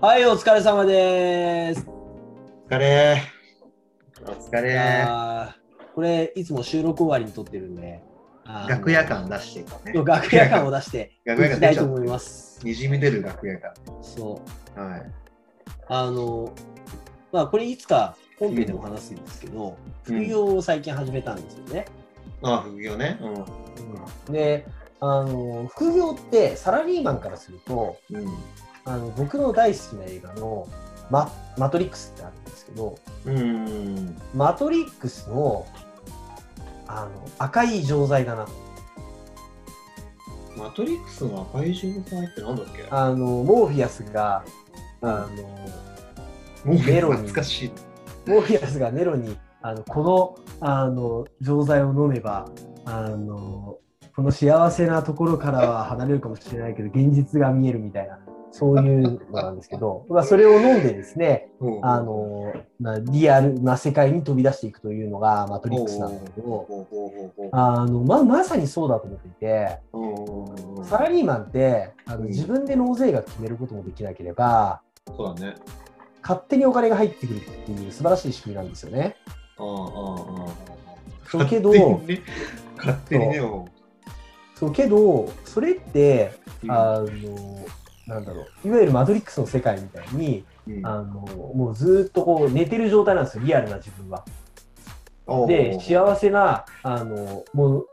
はい、お疲れ様です。お疲れ。お疲れ。あーこれ、いつも収録終わりに撮ってるんで、あー楽屋感出していこうね。楽屋感を出してい 楽屋き感た出いちゃとう思います。にじみ出る楽屋感。そう。はい。あの、まあ、これいつか本編でも話すんですけど、副うん業を最近始めたんですよね。ああ、副業ね。で、あの、副業ってサラリーマンからすると、うん。うん。あの僕の大好きな映画のマ「マトリックス」ってあるんですけどうん。 「マトリックスの」あの赤い錠剤だなマトリックスの赤い銃の入ってなんだっけあのモーフィアスがあのもうメロン懐かしい。モーフィアスがネロにあのこのあの錠剤を飲めばあのこの幸せなところからは離れるかもしれないけど現実が見えるみたいなそういうのなんですけど、まあ、それを飲んでですねうんあ、のまあリアルな世界に飛び出していくというのがマトリックスなんだけど。ほうほうほうほうあのままさにそうだと思っていてうんうんうんサラリーマンってあのうん自分で納税額決めることもできなければそうだね。勝手にお金が入ってくるっていう素晴らしい仕組みなんですよね。ああ、ああ、ああ。そうけど勝手にね勝手にね、うんそうけどそれってあのなんだろういわゆるマトリックスの世界みたいにうんあのもうずっとこう寝てる状態なんですよリアルな自分は。おうで幸せなあのもうう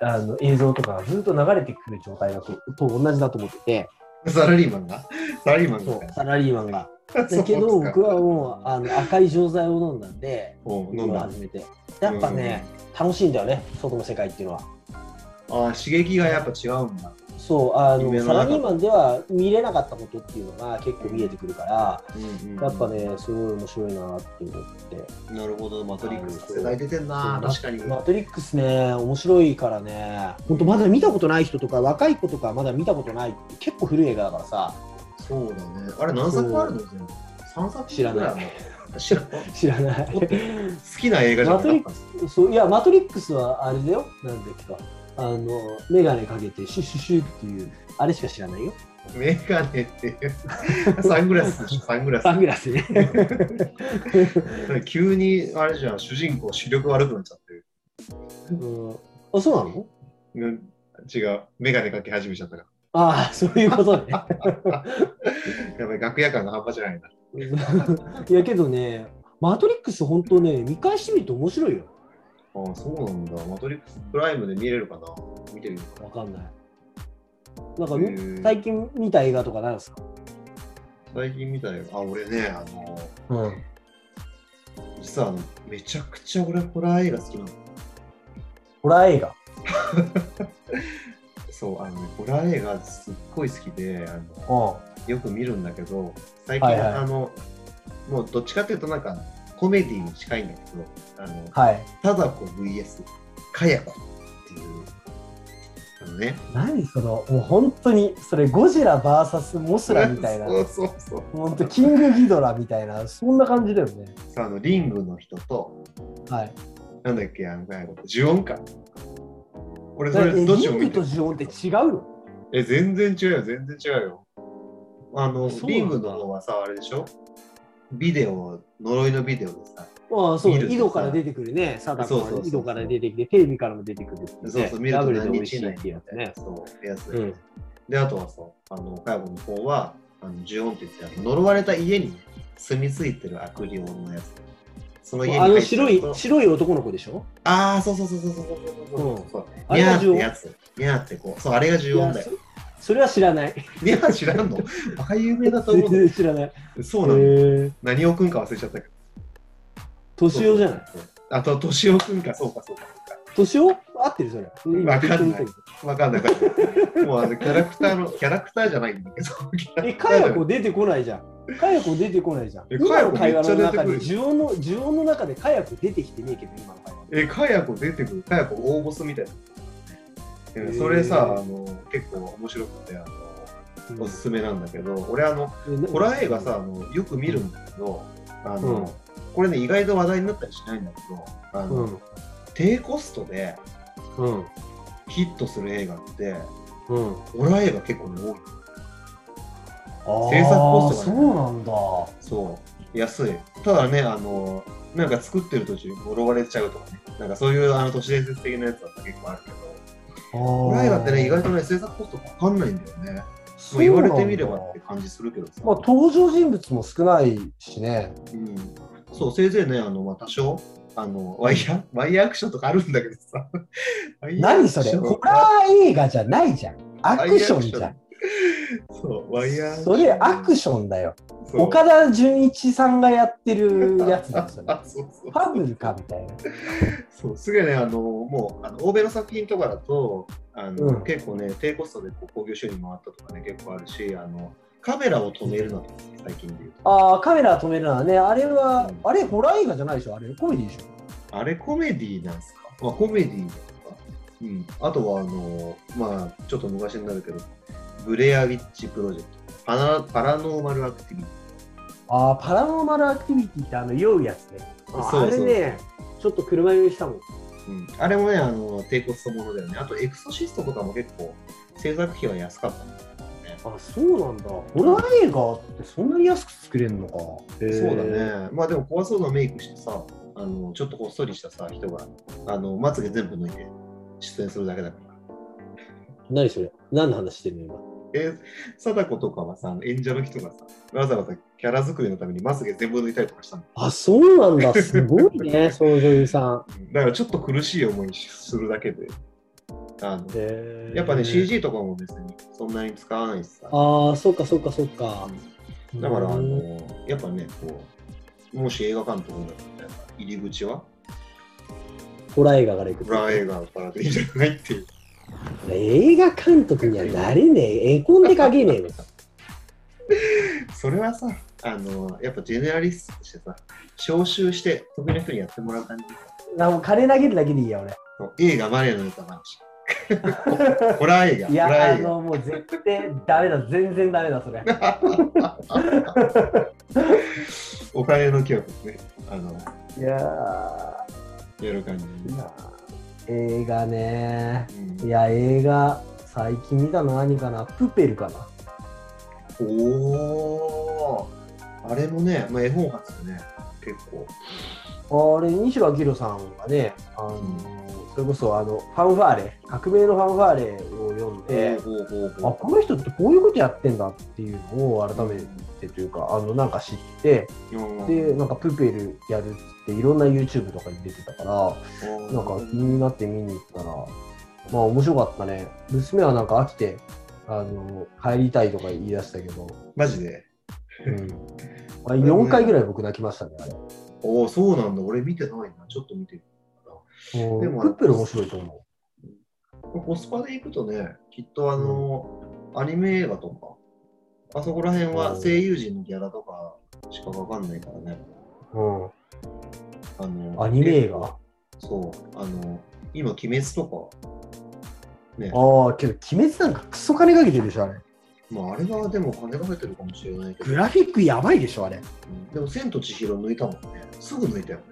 あの映像とかがずっと流れてくる状態だとと同じだと思っててサラリーマンがサラリーマンそがうサラリーマンが。そだうけどですか僕はもうあの赤い錠剤を飲んだんでおう飲ん今だ初めてやっぱね、楽しいんだよね外の世界っていうのはああ刺激がやっぱ違うんだ。そうあの夢のサ中ラリーマンでは見れなかったことっていうのが結構見えてくるから、やっぱねすごい面白いなって思ってなるほど、マトリックあス。ー世代出てんな、そう確かに。 「マトリックスね」面白いからね本当まだ見たことない人とか若い子とかまだ見たことないって結構古い映画だからさそうだね。あれ何作あるの全部 ?3 作知らないいの。知ら ない。知らないもっと好きな映画じゃなかったのそういや、マトリックスはあれだよ、なんだっけか、あの、メガネかけて、シュッシュッシュッっていう、あれしか知らないよ。メガネっていう。サングラスでしょ、サングラサンス。グラスね。 急に、あれじゃん、主人公、視力悪くなっちゃってる。うんあ、そうなのうん違う、メガネかけ始めちゃったかああ、そういうことね。ら。やっぱり楽屋感が半端じゃないな。 いや、けどね、マトリックス、本当ね、見返してみると面白いよ。ああ、そうなんだ。マトリックスプライムで見れるかな見てみようかわかんない。なんかへー、最近見た映画とかなんですか最近見たよ。あ、俺ね、あの、うん。実はあのめちゃくちゃ俺ホラー映画好きなの。ホラー映画。そう、あのね、ホラー映画すっごい好きで、あのうよく見るんだけど、最近、はいはいあの、もうどっちかっていうとなんかコメディに近いんだけど、あの、ん。はい。ただこ VS、かやこっていう、あのね、何その、もう本当に、それ、ゴジラ VS モスラみたいな。 そうそうそう。本当キングギドラみたいな、そんな感じだよね。さあの、リングの人と、はい。なんだっけ、あの、かやこ、呪音か。俺、そだってれ、どっちリンもグ見てとるジオンって違うよ。え、全然違うよ、全然違うよ。あのそうなん、だリングの方はさ、あれでしょビデオ、呪いのビデオでさ、ああ、そう見ると、さ井戸から出てくるね。サダそうコそうそう井戸から出てきて、テレビからも出てくるっていね。そうそう、見るダとブルで美何味日し以い内っていうやつね。そう、やつだうよねん。で、あとはさ、あの、カヤコの方は、あのジュオンって言って、あの呪われた家に住み着いてる悪霊のやつ。その家にあの入っちゃ白ういと、白い男の子でしょああ、そうそうそうそうそうそうそうそうそう。あニれャーがっジオンてやつ。ニャーってこう。そう、あれがジュオンだよい。やそそれは知らない。ニャー知ら んのバカ有名だと思全う然知らない。の。 そうなの。ええ。何をくんか忘れちゃったけど。年男じゃない。そうあと、年をくんか、そうか、そうか、そうか。年男合ってるそれ。今わかんない適わかんないわかんない。もうあのキャラクターの、キャラクターじゃないんだけど。キャラ当クにえ、かターじゃないやこ出てこないじゃん。かやこ出てこないじゃん。え今のか会や話こめのっち中ゃ出てくるに、ジオンの、ジオンの中でかやこ出てきてねえけど、今の会話。え、かやこ出てくる、かやこ大ボスみたいな。へーそれさ、あの結構面白くてあの、おすすめなんだけど、俺あの、うんホラー映画さ、あのよく見るんだけど、あのうんこれね、意外と話題になったりしないんだけど、あのうん。低コストでうん。ヒットする映画って、うん。ホラー映画結構ね、多い。制作コストあーそがねうなんだ。そう、安い。ただね、あの、なんか作ってる途中、呪われちゃうとかね、なんかそういうあの都市伝説的なやつは結構あるけど、ホラー映画ってね、意外とね、制作コストかかんないんだよね。とまあ言われてみればって感じするけどさ。まあ、登場人物も少ないしね。うん、そう、せいぜいね、あの、まあ、多少、あの、ワイヤー、 ワイヤーアクションとかあるんだけどさ。ワイヤーア何クシそョンれホラー映画じゃないじゃん。アクションじゃん。そう、ワイヤー。それアクションだよ。そう岡田准一さんがやってるやつだよ、それ。 あ、そうそう。ファブルかみたいな。そうすげえね、あのもうあの欧米の作品とかだとあの、うん結構ね、低コストでこう興行収入回ったとかね、結構あるし、あのカメラを止めるなとか、最近で言うと。ああ、カメラ止めるのはね、あれは、あれホラー映画じゃないでしょ、あれコメディでしょ。あれコメディなんですか、まあ、コメディとか、うん、あとはあの、まあ、ちょっと昔になるけど、ブレアウィッチプロジェクト、パナパラノーマルアクティビテああ、パラノーマルアクティビティってあの酔うやつね。あそうあれね、ちょっと車酔いしたもん。ィ、うん、あれもねあの、低コストものだよね。あと、エクソシストとかも結構、制作費は安かったんだよね。あそうなんだ。ホラー映画ってそんなに安く作れるのか。そうだ。ね。まあでも怖そうなメイクしてさ、あのちょっとほっそりしたさ、人が、あのまつげ全部抜いて出演するだけだから。何それ何の話してんの今。え、貞子とかはさ、演者の人がさ、わざわざキャラ作りのためにまつげ全部抜いたりとかしたの。あ、そうなんだ。すごいね、 その女優さん。だからちょっと苦しい思いするだけで。あのへーやっぱね、。CG とかも別にそんなに使わないしさ。ああ、そっかそっかそっか。だから、あうんの、やっぱね、こう、もし映画館とかだったら、入り口は、ホラー映画からいくホラー映画からでいいんじゃないっていう。映画監督にはなれねえ。絵コンでかけねえのか。それはさ、あの、やっぱジェネラリストとしてさ、招集して、得意な人にやってもらう感じ。なもう金投げるだけでいいや、俺。そう映画、マレーの歌 話。ホラー映画、いホラや、あー映画。の、もう絶対ダメだ。全然ダメだ、そ れ。お金の記憶ね、あの、いややる感じ。ーいやー映画ねうんいや、映画、最近見たの何かなプペルかなおーあれもね、まあ、絵本発でね、結構。あれ、西野明さんがね、あのそれこそあのファンファーレ、革命のファンファーレを読んで、ほうほうあこの人ってこういうことやってんだっていうのを改めてというか、あのなんか知って、うんで、なんかプペルやるっつって、いろんな YouTube とかに出てたから、うんなんか気になって見に行ったら、まあ面白かったね。娘はなんか飽きて、あの帰りたいとか言い出したけど、マジで。うん、あれ4回ぐらい僕泣きましたね、あれ。おお、そうなんだ。俺見てないな。ちょっと見てみようかな。でもプペル面白いと思う。コスパで行くとね、きっとあの、アニメ映画とか、あそこら辺は声優陣のギャラとかしかわかんないからね。うん、あのアニメ映画そう。あの、今、鬼滅とか、ね、ああ、けど、鬼滅なんかクソ金かけてるでしょ、あれ。まあ、あれはでも金かけてるかもしれないけど、グラフィックやばいでしょ、あれ。うんでも、千と千尋抜いたもんね。すぐ抜いたよね。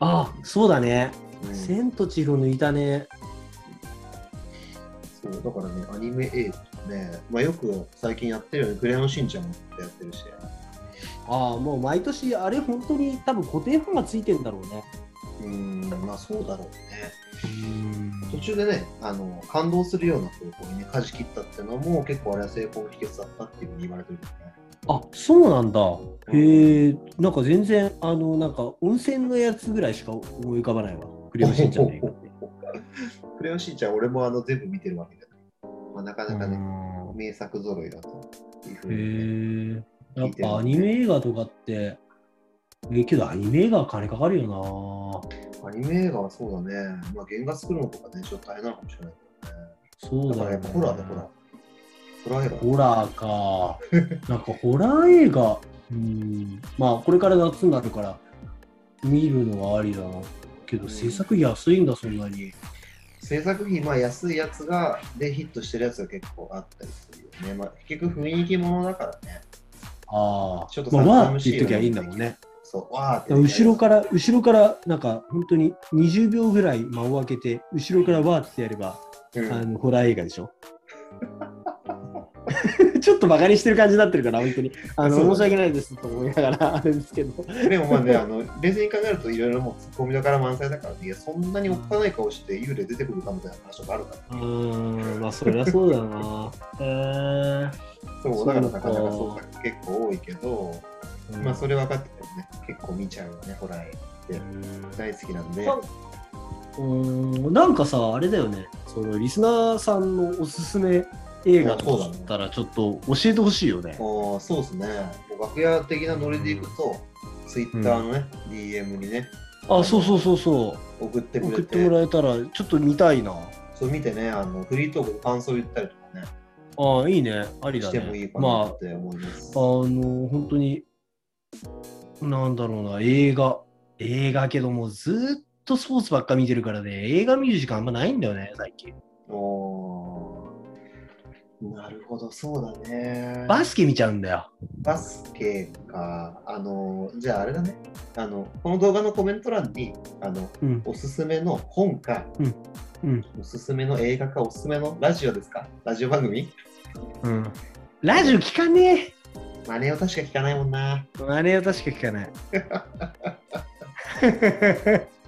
あそうだね。うんそう千と千尋抜いたね。だからね、アニメ映画とかね、まあ、よく最近やってるよね、クレヨンしんちゃんもやってるし、ああ、もう毎年、あれ、本当に多分固定ファンがついてんだろうね。うん、まあそうだろうね。途中でねあの感動するような方向にね舵切ったっていうのも結構あれは成功の秘訣だったっていうふうに言われてるんだよねあそうなんだ。へえ、なんか全然、あの、なんか温泉のやつぐらいしか思い浮かばないわ。クレヨンしんちゃんの映画って。クレヨンしんちゃん俺もあの全部見てるわけだから、まあ、なかなかうねん名作揃いだというふうにねへえ。やっぱアニメ映画とかって、えけどアニメ映画は金かかるよな。アニメ映画はそうだねまあ原画作るのとかねちょっと大変なのかもしれないけどねそうだかだよ、らやっね。ぱホラーだホラーホラー映ホラーか。 なんかホラー映画、うん、まあこれから夏になるから見るのはありだな。けど制作費安いんだ、そんなに。画制作費まあ安いやつがでヒットしてるやつが結構あったりするよねまあ結局雰囲気ものだからねああちょっ、とまあ、さわーって言っときゃいいんだもんね。そうわーって後ろから、後ろから、なんか本当に20秒ぐらい間を空けて、後ろからわーってやれば、うんあのホラー映画でしょ。 ちょっと馬鹿にしてる感じになってるから、本当に。あの、そうだね申し訳ないですと思いながら、あれですけど。でもまあね、あの冷静に考えるといろいろもうツッコミだから満載だからね、いや、そんなにおっかない顔して幽霊出てくるかみたいな話とかあるかうーん、まあ、そりゃそうだよな。えら、そう、だからなかなかそうか結構多いけど、えまあそれ分かっててもね、結構見ちゃうよね、ホラー映う画ん大好きなんで。まあうーんなんかさあれだよねそのリスナーさんのおすすめ映画とかだったらちょっと教えてほしいよねああそうですね。もう楽屋的なノリでいくと、ツイッターのね、DM にね、あそうそうそうそ送ってうく送れってて、もらえたらちょっと見たいなそう見てね、あのフリートークで感想言ったりとかね、あいいねありだしてもいねいかなまあって思います。あの本当になんだろうな映画映画けどもずーっとスポーツばっか見てるからね映画見る時間あんまないんだよね最近おーなるほど、そうだね。バスケ見ちゃうんだよバスケか、あの、じゃああれだね、あの、この動画のコメント欄に、あの、うんおすすめの本か、うんおすすめの映画か、おすすめのラジオですかラジオ番組うんラジオ聞かねえ真似を確か聞かないもんな。 あれは確か聞かない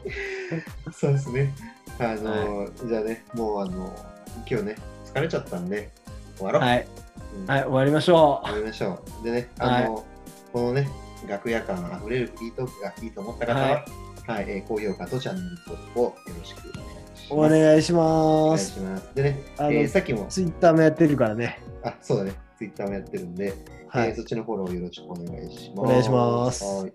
そうですね。あの、じゃあね、もうあの、今日ね、疲れちゃったんで、終わろう。はい、うんはい、終わりましょう。終わりましょう。でね、あの、このね、楽屋感あふれるフリートークがいいと思った方は、ははい、えー高評価とチャンネル登録をよろしくお願いします。お願いしおま願いす。します。でね、えあのーさっきも、ツイッターもやってるからね。あ、そうだね、ツイッターもやってるんで、はえーい。そっちのフォローよろしくお願いしおます。願いしますはい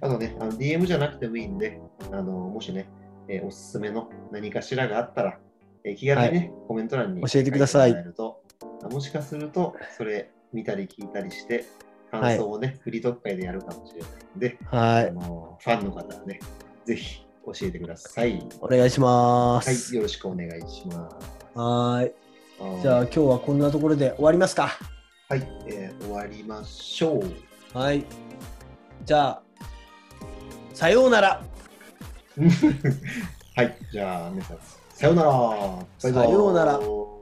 あとね、あの DM じゃなくてもいいんで、あのもしね、えーおすすめの何かしらがあったら、えー気軽にね、コメント欄に教えてください書てもらえるとあもしかすると、それ見たり聞いたりして、感想をね、フリートーク会でやるかもしれないんで、はいあ。のファンの方はね、ぜひ教えてください。お願いしまはい、す。よろしくお願いします。はーい。はいじゃあ今日はこんなところで終わりますか。はい、えー終わりましょう。 はい。じゃあ、さようなら。はい、じゃあ、皆さん、さようなら。バイバイさようなら。